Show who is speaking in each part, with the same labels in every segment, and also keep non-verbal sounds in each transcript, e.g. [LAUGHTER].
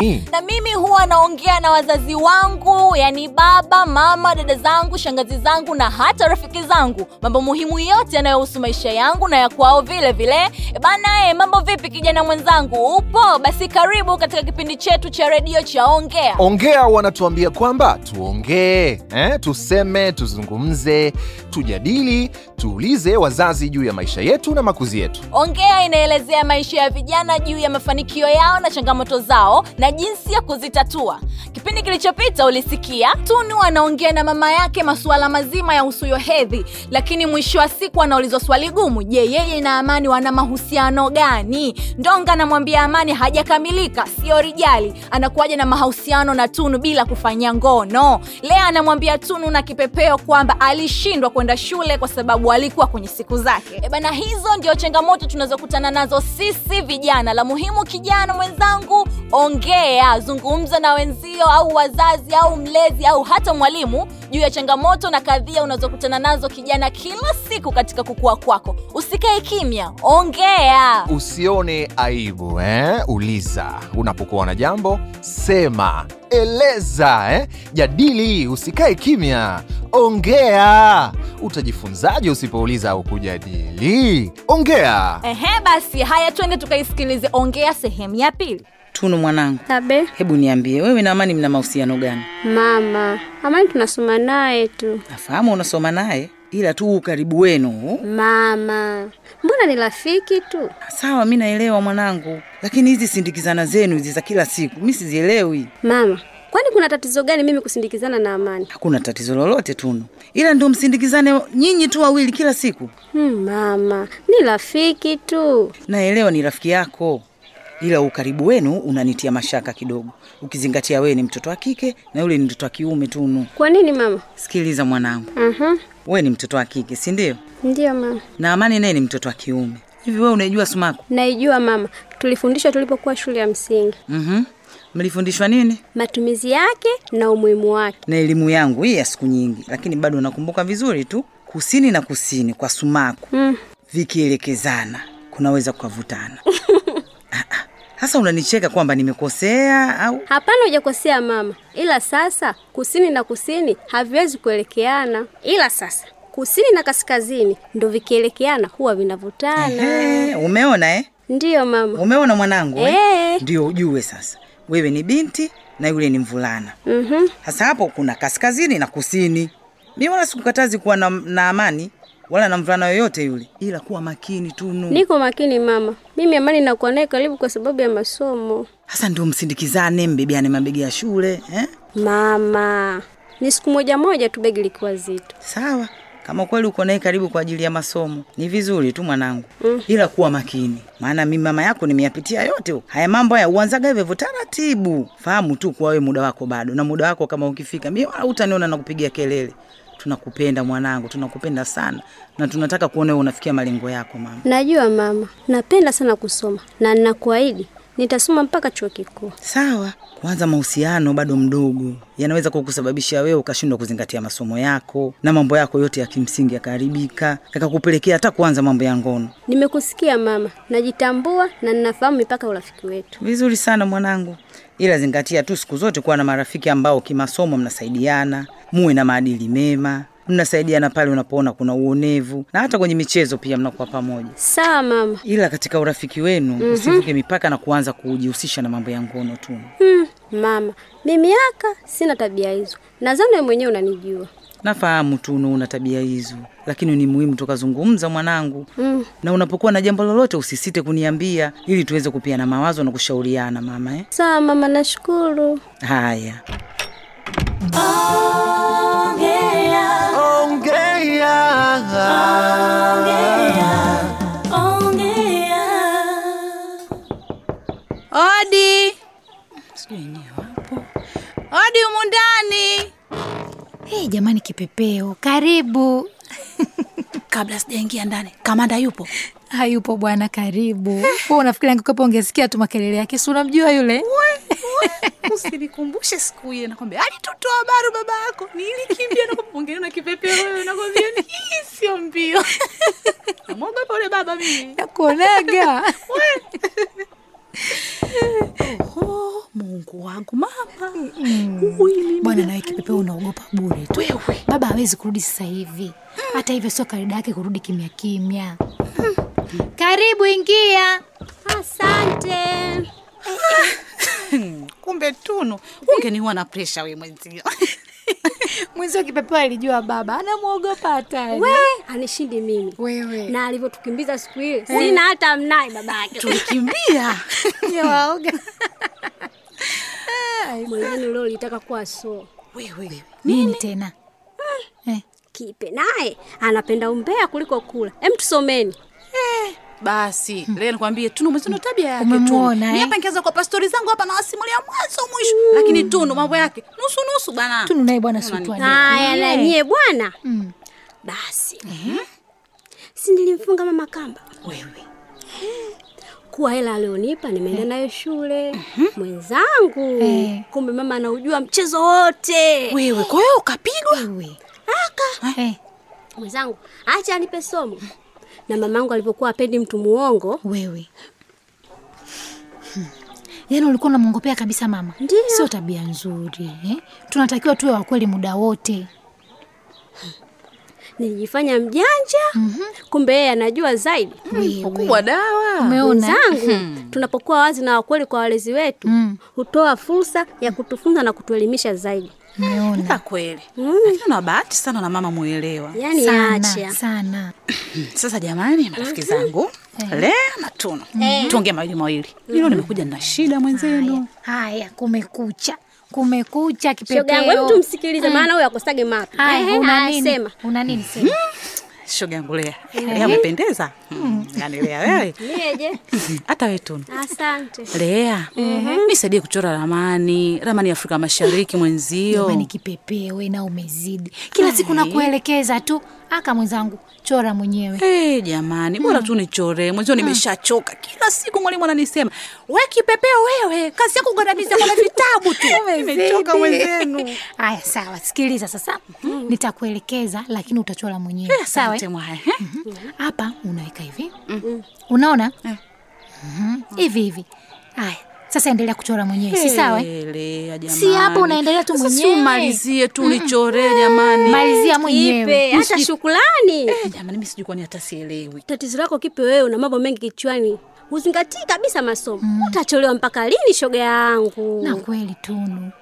Speaker 1: Mm.
Speaker 2: na mimi huwa naongea na wazazi wangu, yani baba, mama, dada zangu, shangazi zangu na hata rafiki zangu, mambo muhimu yote yanayohusu maisha yangu na ya kwao vile vile. E bana, e, mambo vipi kijana mwenzangu, upo? Basi karibu katika kipindi chetu cha redio cha Ongea.
Speaker 1: Ongea wanatuambia kwamba tuongee, eh, tuseme, tuzungumze, tujadili, tuulize wazazi juu ya maisha yetu na makuzi yetu.
Speaker 2: Ongea inaelezea maisha ya vijana juu ya mafanikio yao na changamoto zao na jinsi ya kuzitatua. Kipindi kilichopita ulisikia Tunu anaongea na mama yake masuala mazima ya usuyo hedhi, lakini mwisho wa siku anaulizwa swali gumu: je, yeye na Amani wana mahusiano gani? Ndonga anamwambia Amani hajakamilika, sio rijali. Anakuwaja na mahusiano na Tunu bila kufanya ngono. Lea anamwambia Tunu na kipepeo kwamba alishindwa kwenda shule kwa sababu alikuwa kwenye siku zake. E bana, hizo ndio changamoto tunazokutana nazo sisi vijana. La muhimu kijana mwenzangu, ongea, zungumza na wenzio au wazazi au mlezi au hata mwalimu juu ya changamoto na kadhia unazokutana nazo kijana kila siku katika kukua kwako. Usikae kimya, ongea.
Speaker 1: Usione aibu eh? Uliza unapokuwa na jambo, sema, eleza eh? Jadili, usikae kimya, ongea. Utajifunzaje usipouliza au kujadili? Ongea.
Speaker 2: Ehe, basi haya, twende tukaisikilize Ongea sehemu ya pili.
Speaker 3: Tunu mwanangu,
Speaker 4: Abe
Speaker 3: hebu niambie wewe na Amani mna mahusiano gani?
Speaker 4: mama, Amani tunasoma naye tu.
Speaker 3: Nafahamu unasoma naye, ila tu ukaribu wenu.
Speaker 4: Mama, mbona ni rafiki tu?
Speaker 3: Sawa, mi naelewa mwanangu, lakini hizi sindikizana zenu hizi za kila siku mi sizielewi.
Speaker 4: Mama, kwani kuna tatizo gani mimi kusindikizana na Amani?
Speaker 3: Hakuna tatizo lolote Tunu, ila ndio msindikizane nyinyi tu wawili kila siku.
Speaker 4: Hmm, mama, ni rafiki tu.
Speaker 3: Naelewa ni rafiki yako, ila ukaribu wenu unanitia mashaka kidogo, ukizingatia wewe ni mtoto wa kike na yule ni mtoto wa kiume. Tunu,
Speaker 4: Kwa nini mama?
Speaker 3: sikiliza mwanangu,
Speaker 4: Aha,
Speaker 3: wewe ni mtoto wa kike, si ndio?
Speaker 4: ndiyo mama.
Speaker 3: Na Amani naye ni mtoto wa kiume. Hivi wewe unaijua sumaku?
Speaker 4: Naijua mama, tulifundishwa tulipokuwa shule ya msingi
Speaker 3: Mhm. Mlifundishwa nini?
Speaker 4: matumizi yake na umuhimu wake.
Speaker 3: Na elimu yangu hii ya siku nyingi, lakini bado nakumbuka vizuri tu kusini na kusini kwa sumaku
Speaker 4: Mm.
Speaker 3: vikielekezana kunaweza kukavutana. [LAUGHS] Ah, ah. Sasa unanicheka kwamba nimekosea au?
Speaker 4: Hapana, hujakosea mama, ila sasa kusini na kusini haviwezi kuelekeana, ila sasa kusini na kaskazini ndo vikielekeana huwa vinavutana.
Speaker 3: Ehe, umeona eh?
Speaker 4: Ndiyo mama.
Speaker 3: Umeona mwanangu
Speaker 4: Eh.
Speaker 3: Ndio ujue sasa, wewe ni binti na yule ni mvulana.
Speaker 4: Mhm.
Speaker 3: Sasa hapo kuna kaskazini na kusini. Mi wala sikukatazi kuwa na, na amani wala na mvulana yoyote yule, ila kuwa makini Tunu.
Speaker 4: Niko makini mama. Mimi Amani nakuwa naye karibu kwa sababu ya masomo.
Speaker 3: Sasa ndio msindikizane, mbebeane mabegi ya shule eh?
Speaker 4: Mama, ni siku moja moja tu begi likiwa zito.
Speaker 3: Sawa, kama kweli uko naye karibu kwa ajili ya masomo ni vizuri tu mwanangu, ila kuwa makini, maana mimi mama yako nimeyapitia yote. huko. Haya mambo haya uanzaga hivyo hivyo taratibu. Fahamu tu kuwa wewe muda wako bado, na muda wako kama ukifika, mimi wala utaniona nakupigia kelele. Tunakupenda mwanangu, tunakupenda sana, na tunataka kuona wewe unafikia malengo yako mama.
Speaker 4: Najua mama, napenda sana kusoma na ninakuahidi nitasoma mpaka chuo kikuu.
Speaker 3: Sawa, kuanza mahusiano bado mdogo yanaweza kukusababisha wewe ukashindwa kuzingatia masomo yako na mambo yako yote ya kimsingi yakaharibika, yakakupelekea hata kuanza mambo ya ngono.
Speaker 4: Nimekusikia mama, najitambua na ninafahamu mipaka ya urafiki wetu.
Speaker 3: Vizuri sana mwanangu, ila zingatia tu siku zote kuwa na marafiki ambao kimasomo mnasaidiana, muwe na maadili mema, mnasaidiana pale unapoona kuna uonevu, na hata kwenye michezo pia mnakuwa pamoja.
Speaker 4: Sawa mama.
Speaker 3: Ila katika urafiki wenu usivuke mipaka na kuanza kujihusisha na mambo ya ngono tu.
Speaker 4: Hmm, mama, mimi yaka sina tabia hizo. Nadhani wewe mwenyewe unanijua.
Speaker 3: Nafahamu tu una tabia hizo, lakini ni muhimu tukazungumza mwanangu,
Speaker 4: Mm.
Speaker 3: na unapokuwa na jambo lolote usisite kuniambia ili tuweze kupiana mawazo na kushauriana mama eh?
Speaker 4: Sawa mama, nashukuru.
Speaker 3: Haya.
Speaker 5: Odi. Sijui yenyewe wapo. Odi humu ndani. Hey, jamani kipepeo, karibu. [LAUGHS] Kabla sijaingia ndani, kamanda
Speaker 6: [LAUGHS]
Speaker 5: yupo.
Speaker 6: hayupo Ah, bwana karibu huwa unafikiri angekuwepo ungesikia tu makelele yake si unamjua yule
Speaker 5: [LAUGHS] Usinikumbushe siku ile nakwambia alitutoa habari baba yako. Nilikimbia na kuongea na kipepeo wewe nakwambia ni hii sio mbio. [LAUGHS] Namuogopa yule baba [LAUGHS] mimi. [LAUGHS]
Speaker 6: [LAUGHS] nakuonaga
Speaker 5: Oh, Mungu wangu mama.
Speaker 6: Bwana nawe kipepeo unaogopa bure tu. Baba hawezi kurudi sasa hivi.
Speaker 5: Hmm.
Speaker 6: Hata hivyo sio kawaida yake kurudi kimya kimya.
Speaker 5: Hmm.
Speaker 6: Karibu, ingia.
Speaker 4: Asante.
Speaker 5: Kumbe Tunu ungeniwa na presha we mwenzio.
Speaker 6: Mwenzio kipepeo alijua baba anamwogopa hatari.
Speaker 4: We, anishindi mimi
Speaker 6: Wewe.
Speaker 4: na alivyotukimbiza siku
Speaker 5: Eh.
Speaker 4: ile, sina hata mnai babake [LAUGHS]
Speaker 5: Kimbia.
Speaker 6: Ya waoga.
Speaker 4: mwenzenu. Leo litaka kuwa soo
Speaker 5: Wewe.
Speaker 6: Nini tena? Eh,
Speaker 4: kipe, naye anapenda umbea kuliko kula. Em, tusomeni
Speaker 5: Eh. Basi, leo nikwambie [LAUGHS] Tunu mwezi una tabia yake
Speaker 6: Umemwona,
Speaker 5: Tunu.
Speaker 6: eh?
Speaker 5: Mimi hapa nikianza kwa pastori zangu hapa na wasimulia mwanzo mwisho. Lakini Tunu mambo yake nusu nusu bana.
Speaker 6: Tunu naye bwana sutwa.
Speaker 4: haya na nyie bwana.
Speaker 5: Mm.
Speaker 4: Basi si nilimfunga mama kamba
Speaker 5: Eh? Wewe. Eh.
Speaker 4: kuwa hela alionipa nimeenda nayo shule
Speaker 5: Mhm.
Speaker 4: mwenzangu.
Speaker 6: Eh.
Speaker 4: Kumbe mama anaujua mchezo wote.
Speaker 5: Wewe, kwa hiyo ukapigwa?
Speaker 6: Wewe. Aka. Eh,
Speaker 4: Mwenzangu, acha anipe somo. Na mamangu alivyokuwa apendi mtu muongo,
Speaker 6: wewe. Hmm. Yaani ulikuwa unamwongopea kabisa mama.
Speaker 4: Ndiyo.
Speaker 6: Sio tabia nzuri, eh? Tunatakiwa tuwe wa kweli muda wote.
Speaker 4: nilijifanya mjanja. Kumbe yeye anajua zaidi.
Speaker 5: Ukubwa dawa.
Speaker 6: Umeona?
Speaker 4: Mwenzangu, tunapokuwa wazi na wakweli kwa walezi wetu, hutoa fursa ya kutufunza na kutuelimisha zaidi.
Speaker 6: Umeona?
Speaker 5: Ka kweli. Lakini una bahati sana na mama muelewa.
Speaker 4: Yaani
Speaker 6: sana
Speaker 4: acha.
Speaker 6: sana
Speaker 5: Sasa jamani, marafiki
Speaker 6: Mm-hmm.
Speaker 5: zangu, leo na Tunu tuongee mawili mawili. Hilo nimekuja na shida mwenzenu.
Speaker 6: haya kumekucha kumekucha
Speaker 4: Shoga yangu, hebu
Speaker 6: kipepeo Hmm.
Speaker 4: tumsikilize maana huyo akosage mapi. Ehe,
Speaker 6: haya una nini
Speaker 4: asema.
Speaker 6: una nini sema
Speaker 5: Mm. Shoga yangu Lea,
Speaker 6: Mm-hmm.
Speaker 5: Lea umependeza. Mm, Yaani Lea wewe,
Speaker 4: Niyeje?
Speaker 6: Mm-hmm.
Speaker 5: hata wewe Tunu.
Speaker 4: Asante.
Speaker 5: Lea, nisaidie kuchora ramani, ramani ya Afrika Mashariki
Speaker 6: jamani
Speaker 5: mwenzio.
Speaker 6: kipepewe na umezidi kila siku nakuelekeza tu aka mwenzangu chora mwenyewe
Speaker 5: Hey, Eh, jamani bora
Speaker 6: Mm.
Speaker 5: tu nichore mwenzio, nimeshachoka kila siku. Mwalimu ananisema we kipepeo, wewe kazi yako kugandamiza mwana vitabu
Speaker 6: [LAUGHS]
Speaker 5: tu. Nimechoka mwenzenu.
Speaker 6: haya sawa sikiliza sasa nitakuelekeza lakini utachora mwenyewe
Speaker 5: Eh,
Speaker 6: sawa
Speaker 5: Asante
Speaker 6: eh?
Speaker 5: mwaya. eh?
Speaker 6: Mhm. hapa unaweka hivi
Speaker 5: Mm.
Speaker 6: Mm. unaona Mhm. hivi hivi haya sasa endelea kuchora mwenyewe si sawa eh?
Speaker 5: Eh, Lea, jamani.
Speaker 6: Si hapo unaendelea tu
Speaker 5: Sasa si
Speaker 6: mwenyewe.
Speaker 5: umalizie tu nichore jamani.
Speaker 6: malizia mwenyewe
Speaker 4: Kipe, hata shukrani.
Speaker 5: Eh, Jamani mimi sijui kwani hata sielewi.
Speaker 4: Tatizo lako Kipe, wewe una mambo mengi kichwani, huzingatii kabisa masomo. Utacholewa mpaka lini, shoga yangu?
Speaker 6: na kweli Tunu,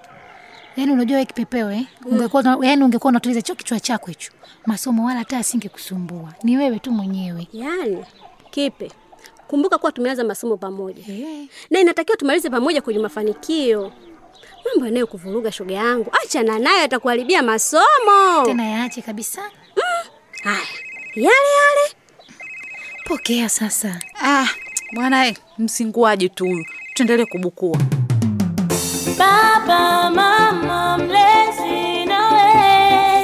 Speaker 6: yaani unajua we kipepewe, ungekuwa mm. yaani ungekuwa unatuliza cho kichwa chako hicho, masomo wala hata asingekusumbua, ni wewe tu mwenyewe.
Speaker 4: Yaani Kipe, kumbuka kuwa tumeanza masomo pamoja
Speaker 6: Eh,
Speaker 4: na inatakiwa tumalize pamoja kwenye mafanikio. Mambo yanayokuvuruga shoga yangu, achana nayo, atakuharibia masomo. Mm.
Speaker 6: tena yaache kabisa,
Speaker 4: Haya, yale yale.
Speaker 6: pokea sasa.
Speaker 5: Ah, mwanae msinguaji tu huyu. Tuendelee kubukua.
Speaker 7: Baba, mama, mlezi nawe,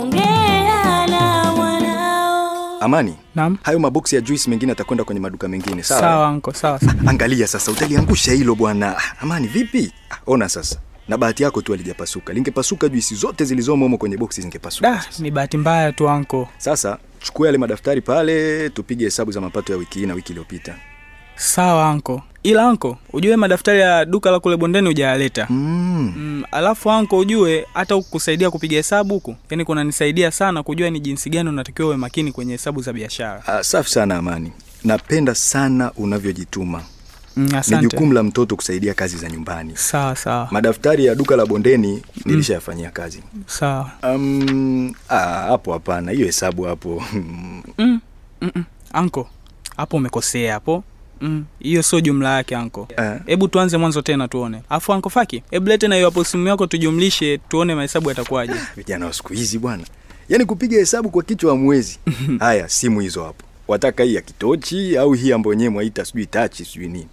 Speaker 7: ongea na wanao.
Speaker 8: Amani,
Speaker 9: Naam.
Speaker 8: hayo maboksi ya juice mengine atakwenda kwenye maduka mengine, sawa?
Speaker 9: Sawa anko, sawa sawa.
Speaker 8: Angalia sasa, utaliangusha hilo bwana. Ah, Amani vipi? Ah, Ona sasa, na bahati yako tu alijapasuka. Lingepasuka juisi zote zilizomo humo kwenye boksi zingepasuka.
Speaker 9: Da, ni bahati mbaya tu anko.
Speaker 8: Sasa chukua yale madaftari pale, tupige hesabu za mapato ya wiki hii na wiki iliyopita.
Speaker 9: Sawa anko. Ila anko, ujue madaftari ya duka la kule bondeni hujayaleta.
Speaker 8: Mm.
Speaker 9: Mm, alafu anko ujue hata huku kusaidia kupiga hesabu huku, yaani kunanisaidia sana kujua ni jinsi gani unatakiwa uwe makini kwenye hesabu za biashara.
Speaker 8: Ah, safi sana Amani, napenda sana unavyojituma.
Speaker 9: Mm,
Speaker 8: Ni
Speaker 9: asante.
Speaker 8: jukumu la mtoto kusaidia kazi za nyumbani.
Speaker 9: Sawa sawa.
Speaker 8: Madaftari ya duka la bondeni nilishayafanyia kazi.
Speaker 9: Sawa.
Speaker 8: Um, ah, hapo hapana, hiyo hesabu hapo [LAUGHS]
Speaker 9: Mm, Mm-mm. Anko, hapo umekosea hapo. Mm, hiyo sio jumla yake anko.
Speaker 8: Eh.
Speaker 9: Hebu tuanze mwanzo tena tuone. Afu anko Faki, hebu lete na hiyo hapo simu yako tujumlishe tuone mahesabu yatakuwaje.
Speaker 8: [LAUGHS] vijana wa siku hizi bwana, yaani kupiga hesabu kwa kichwa
Speaker 9: [LAUGHS]
Speaker 8: hamwezi. Haya, simu hizo hapo, wataka hii ya kitochi au hii ambayo wenyewe mwaita sijui tachi sijui nini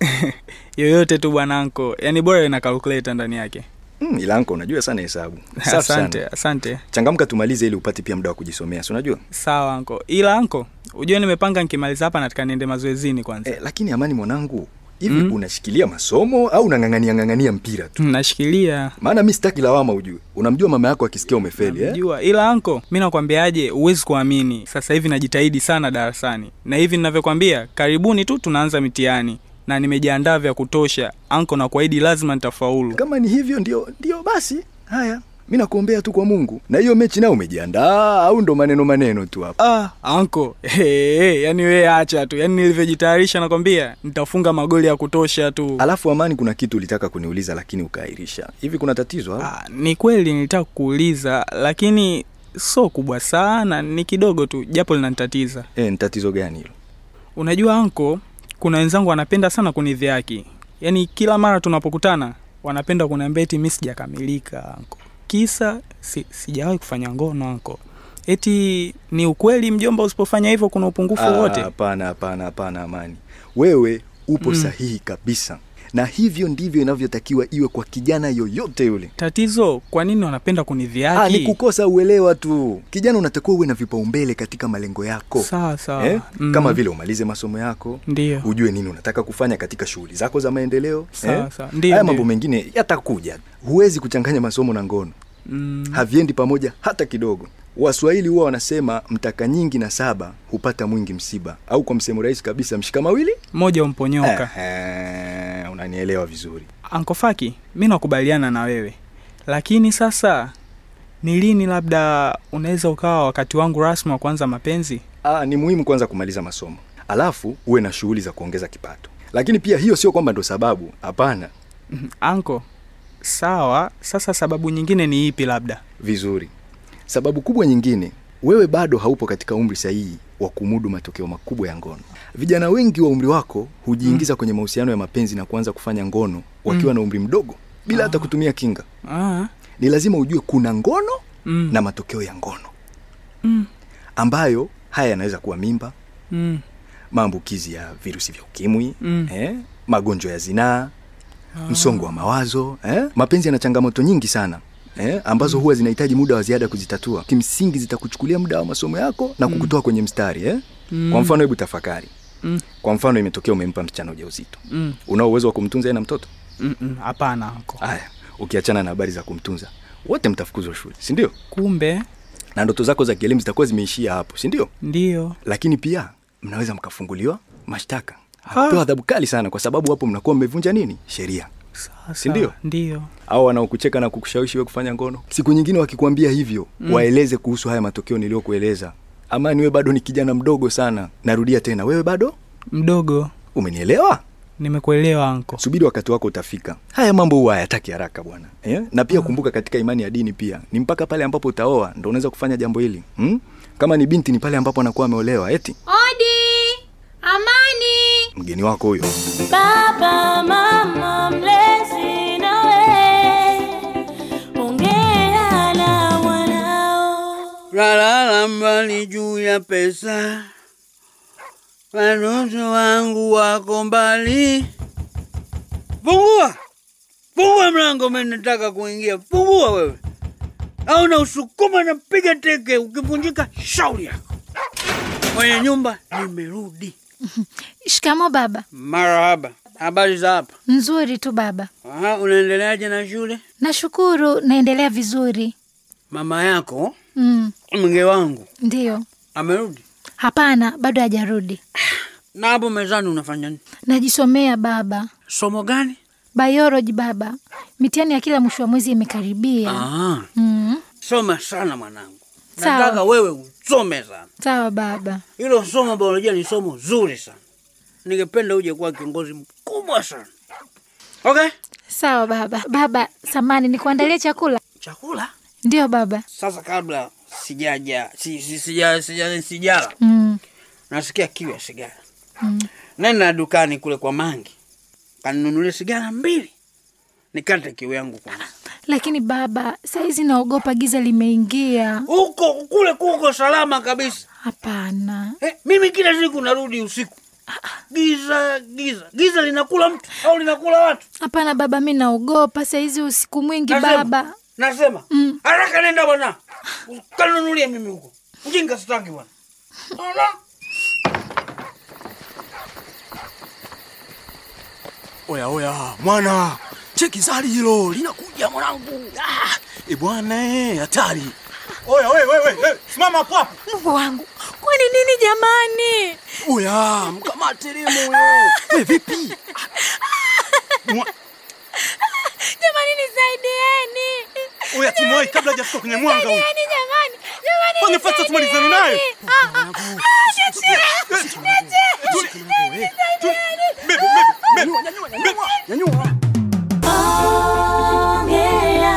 Speaker 9: yoyote tu bwana anko yani bora ina calculator ndani yake
Speaker 8: mm, ila anko unajua sana hesabu. Safi
Speaker 9: asante
Speaker 8: sana,
Speaker 9: asante
Speaker 8: changamka tumalize ili upate pia muda wa kujisomea, si unajua
Speaker 9: sawa anko ila anko ujue nimepanga nikimaliza hapa nataka niende mazoezini kwanza
Speaker 8: eh, lakini amani mwanangu hivi
Speaker 9: Hmm?
Speaker 8: unashikilia masomo au unang'ang'ania ng'ang'ania mpira tu?
Speaker 9: Mm, nashikilia
Speaker 8: Maana mi sitaki lawama, ujue. Unamjua mama yako akisikia umefeli eh?
Speaker 9: jua ila anko mi nakwambiaje huwezi kuamini sasa hivi najitahidi sana darasani na hivi ninavyokwambia karibuni tu tunaanza mitihani na nimejiandaa vya kutosha anko, na kuahidi lazima nitafaulu.
Speaker 8: kama ni hivyo ndio, ndio basi. Haya, mi nakuombea tu kwa Mungu. Na hiyo mechi nao umejiandaa au ndo maneno maneno tu hapa?
Speaker 9: Ah, anko [LAUGHS] hey, hey, yani wewe acha tu, yani nilivyojitayarisha nakwambia nitafunga magoli ya kutosha tu.
Speaker 8: Alafu Amani, kuna kitu ulitaka kuniuliza lakini ukaahirisha. Hivi kuna tatizo au?
Speaker 9: Ah, ni kweli nilitaka kuuliza lakini sio kubwa sana, ni kidogo tu, japo linanitatiza.
Speaker 8: Eh, ni tatizo gani hilo?
Speaker 9: Unajua anko, kuna wenzangu wanapenda sana kunidhihaki, yaani kila mara tunapokutana wanapenda kuniambia eti mi sijakamilika anko, kisa si, sijawahi kufanya ngono anko. Eti ni ukweli mjomba, usipofanya hivyo kuna upungufu
Speaker 8: Ah,
Speaker 9: wowote?
Speaker 8: Hapana, hapana, hapana Amani, wewe upo sahihi kabisa, na hivyo ndivyo inavyotakiwa iwe kwa kijana yoyote yule.
Speaker 9: Tatizo kwa nini wanapenda
Speaker 8: Ah, ni
Speaker 9: kunidhihaki?
Speaker 8: kukosa uelewa tu. Kijana, unatakiwa uwe na vipaumbele katika malengo yako
Speaker 9: Sawa sawa,
Speaker 8: eh?
Speaker 9: Mm.
Speaker 8: Kama vile umalize masomo yako,
Speaker 9: Ndiyo.
Speaker 8: ujue nini unataka kufanya katika shughuli zako za maendeleo. eh?
Speaker 9: Sawa, sawa. Ndiyo,
Speaker 8: Haya
Speaker 9: ndiyo.
Speaker 8: mambo mengine yatakuja. Huwezi kuchanganya masomo na ngono
Speaker 9: Mm.
Speaker 8: haviendi pamoja hata kidogo. Waswahili huwa wanasema mtaka nyingi na saba hupata mwingi msiba, au kwa msemo rahisi kabisa, mshika mawili
Speaker 9: moja
Speaker 8: Eh.
Speaker 9: umponyoka.
Speaker 8: Ehe, unanielewa vizuri.
Speaker 9: Anko Faki, mi nakubaliana na wewe, lakini sasa ni lini labda unaweza ukawa wakati wangu rasmi wa kuanza mapenzi?
Speaker 8: Ah, ni muhimu kwanza kumaliza masomo, alafu uwe na shughuli za kuongeza kipato. Lakini pia hiyo sio kwamba ndo sababu, hapana.
Speaker 9: [LAUGHS] Anko, sawa. Sasa sababu nyingine ni ipi? Labda
Speaker 8: Vizuri. Sababu kubwa nyingine, wewe bado haupo katika umri sahihi wa kumudu matokeo makubwa ya ngono. Vijana wengi wa umri wako
Speaker 9: Mm.
Speaker 8: hujiingiza kwenye mahusiano ya mapenzi na kuanza kufanya ngono wakiwa na umri mdogo bila hata kutumia kinga.
Speaker 9: ah,
Speaker 8: Ni lazima ujue kuna ngono
Speaker 9: mm,
Speaker 8: na matokeo ya ngono
Speaker 7: Mm,
Speaker 8: ambayo haya yanaweza kuwa mimba,
Speaker 9: mm,
Speaker 8: maambukizi ya virusi vya ukimwi
Speaker 9: Mm. Ah.
Speaker 8: eh, magonjwa ya zinaa msongo wa mawazo eh. Mapenzi yana changamoto nyingi sana eh,
Speaker 9: Mm.
Speaker 8: ambazo huwa zinahitaji muda wa ziada kuzitatua. Kimsingi zitakuchukulia muda wa masomo yako na kukutoa kwenye mstari eh. Kwa mfano, hebu tafakari
Speaker 9: Mm.
Speaker 8: kwa mfano, imetokea umempa msichana ujauzito,
Speaker 9: Mm.
Speaker 8: unao uwezo wa kumtunza yeye na mtoto
Speaker 9: mm, mm, hapana anko.
Speaker 8: haya, ukiachana na habari za kumtunza, wote mtafukuzwa shule, si ndio?
Speaker 9: Kumbe
Speaker 8: Na ndoto zako za kielimu zitakuwa zimeishia hapo, si ndio?
Speaker 9: ndio.
Speaker 8: lakini pia mnaweza mkafunguliwa mashtaka apewa adhabu kali sana, kwa sababu hapo mnakuwa mmevunja nini sheria.
Speaker 9: Sasa
Speaker 8: Si ndio?
Speaker 9: ndio.
Speaker 8: Au wanaokucheka na kukushawishi wewe kufanya ngono, siku nyingine wakikwambia hivyo mm. waeleze kuhusu haya matokeo niliyokueleza. Amani, wewe bado ni kijana mdogo sana. Narudia tena, wewe bado
Speaker 9: Mdogo,
Speaker 8: umenielewa.
Speaker 9: nimekuelewa anko.
Speaker 8: Subiri wakati wako utafika. Haya mambo huwa hayataki haraka bwana eh? Na pia kumbuka, katika imani ya dini pia ni mpaka pale ambapo utaoa ndo unaweza kufanya jambo hili hmm? Kama ni binti ni pale ambapo anakuwa ameolewa, eti
Speaker 7: Odi, amani.
Speaker 8: mgeni wako huyo.
Speaker 7: Baba, mama, mlezi nawe, ongea na mwanao.
Speaker 10: Kalala mbali juu ya pesa, watoto wangu wako mbali. Fungua, fungua mlango, mimi nataka kuingia. Fungua wewe, au na usukuma na piga teke. Ukivunjika shauri yako. Mwenye nyumba, nimerudi.
Speaker 6: Shikamo baba.
Speaker 10: Marahaba, habari za hapa?
Speaker 6: Nzuri tu baba,
Speaker 10: Aha, unaendeleaje na shule?
Speaker 6: nashukuru, naendelea vizuri.
Speaker 10: Mama yako
Speaker 6: Mm,
Speaker 10: mke wangu
Speaker 6: ndiyo.
Speaker 10: amerudi,
Speaker 6: Hapana, bado hajarudi.
Speaker 10: na hapo mezani unafanya nini?
Speaker 6: Najisomea baba,
Speaker 10: Somo gani?
Speaker 6: biology baba. Mitihani ya kila mwisho wa mwezi imekaribia.
Speaker 10: Aha.
Speaker 6: Mm,
Speaker 10: Ah. soma sana mwanangu,
Speaker 6: Sawa.
Speaker 10: nataka wewe usome sana.
Speaker 6: sawa baba.
Speaker 10: Hilo somo biolojia ni somo zuri sana, ningependa uje kuwa kiongozi mkubwa sana. Okay,
Speaker 6: Sawa baba. Baba, samani nikuandalie chakula?
Speaker 10: chakula
Speaker 6: Ndiyo baba.
Speaker 10: sasa. Kabla sijaja si, si, sija, sija, sijala,
Speaker 6: Mm,
Speaker 10: nasikia kiu ya sigara. Nenda dukani kule kwa Mangi kaninunulie sigara mbili, nikate kiu yangu kwanza.
Speaker 6: lakini baba, saizi naogopa giza limeingia.
Speaker 10: Huko kule kuko salama kabisa.
Speaker 6: Hapana. Ah,
Speaker 10: Eh, mimi kila siku narudi usiku, giza giza giza linakula mtu au linakula watu.
Speaker 6: Hapana baba, mi naogopa saizi usiku mwingi
Speaker 10: Nasema.
Speaker 6: baba.
Speaker 10: Nasema
Speaker 6: Mm.
Speaker 10: haraka nenda bwana, kanunulie mimi huko. Mjinga sitaki bwana. Ala.
Speaker 11: Oya oya, mwana, cheki zari hilo linakuja mwanangu. Ah, e bwana, eh, hatari. Oya wewe wewe, we, simama hapo hapo.
Speaker 2: Mungu wangu, kwani nini jamani?
Speaker 11: Oya, mkamate leo. Wewe vipi? nimewahi kabla hajafika kwenye mwanga huyu.
Speaker 7: Nisaidieni jamani. Jamani.
Speaker 11: Fanya fasta tumalizane naye.
Speaker 7: nisaidieni. Ah, ah, ah, nitie. Nitie.
Speaker 11: Bebe, bebe, bebe, bebe. Nyanyua.
Speaker 7: Ongea.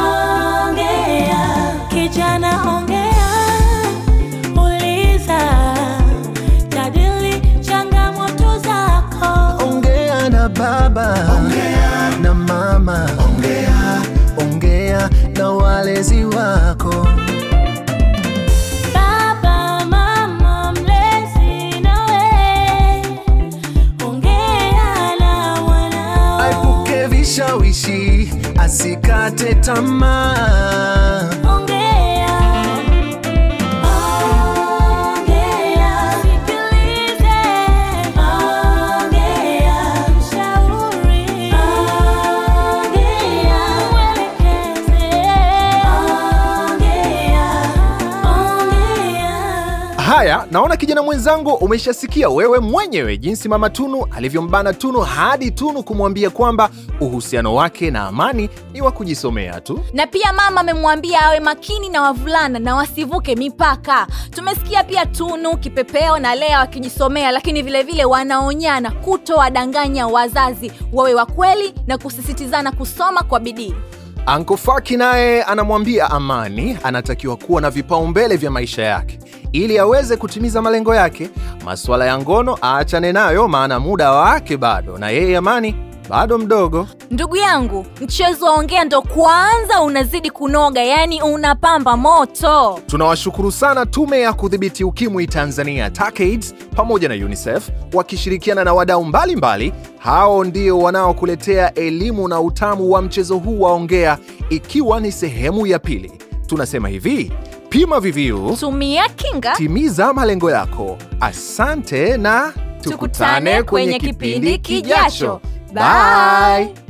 Speaker 7: Ongea. Kijana ongea, uliza, jadili changamoto zako.
Speaker 1: ongea na baba ongea na mama ongea ongea na walezi wako
Speaker 7: Baba, mama, mlezi nawe, ongea na wanao.
Speaker 1: aepuke vishawishi asikate tamaa
Speaker 7: Ongea, ongea, sikilize. Ongea, shauri. Ongea, uelekeze. Ongea, ongea.
Speaker 1: haya naona kijana mwenzangu umeshasikia wewe mwenyewe jinsi mama tunu alivyombana tunu hadi tunu kumwambia kwamba uhusiano wake na amani ni wa kujisomea tu
Speaker 2: na pia mama amemwambia awe makini na wavulana na wasivuke mipaka tumesikia pia tunu kipepeo na lea wakijisomea lakini vilevile vile wanaonyana kutowadanganya wazazi wawe wakweli na kusisitizana kusoma kwa bidii
Speaker 1: Anko Faki naye anamwambia Amani anatakiwa kuwa na vipaumbele vya maisha yake ili aweze kutimiza malengo yake. Masuala ya ngono aachane nayo, maana muda wake bado, na yeye Amani bado mdogo.
Speaker 2: ndugu yangu mchezo wa ongea ndo kwanza unazidi kunoga yaani unapamba moto
Speaker 1: Tunawashukuru sana Tume ya Kudhibiti Ukimwi Tanzania TACAIDS pamoja na UNICEF wakishirikiana na wadau mbalimbali. Hao ndio wanaokuletea elimu na utamu wa mchezo huu wa ongea, ikiwa ni sehemu ya pili. Tunasema hivi, pima viviu
Speaker 2: tumia kinga
Speaker 1: timiza malengo yako asante na tukutane kwenye kipindi kijacho bye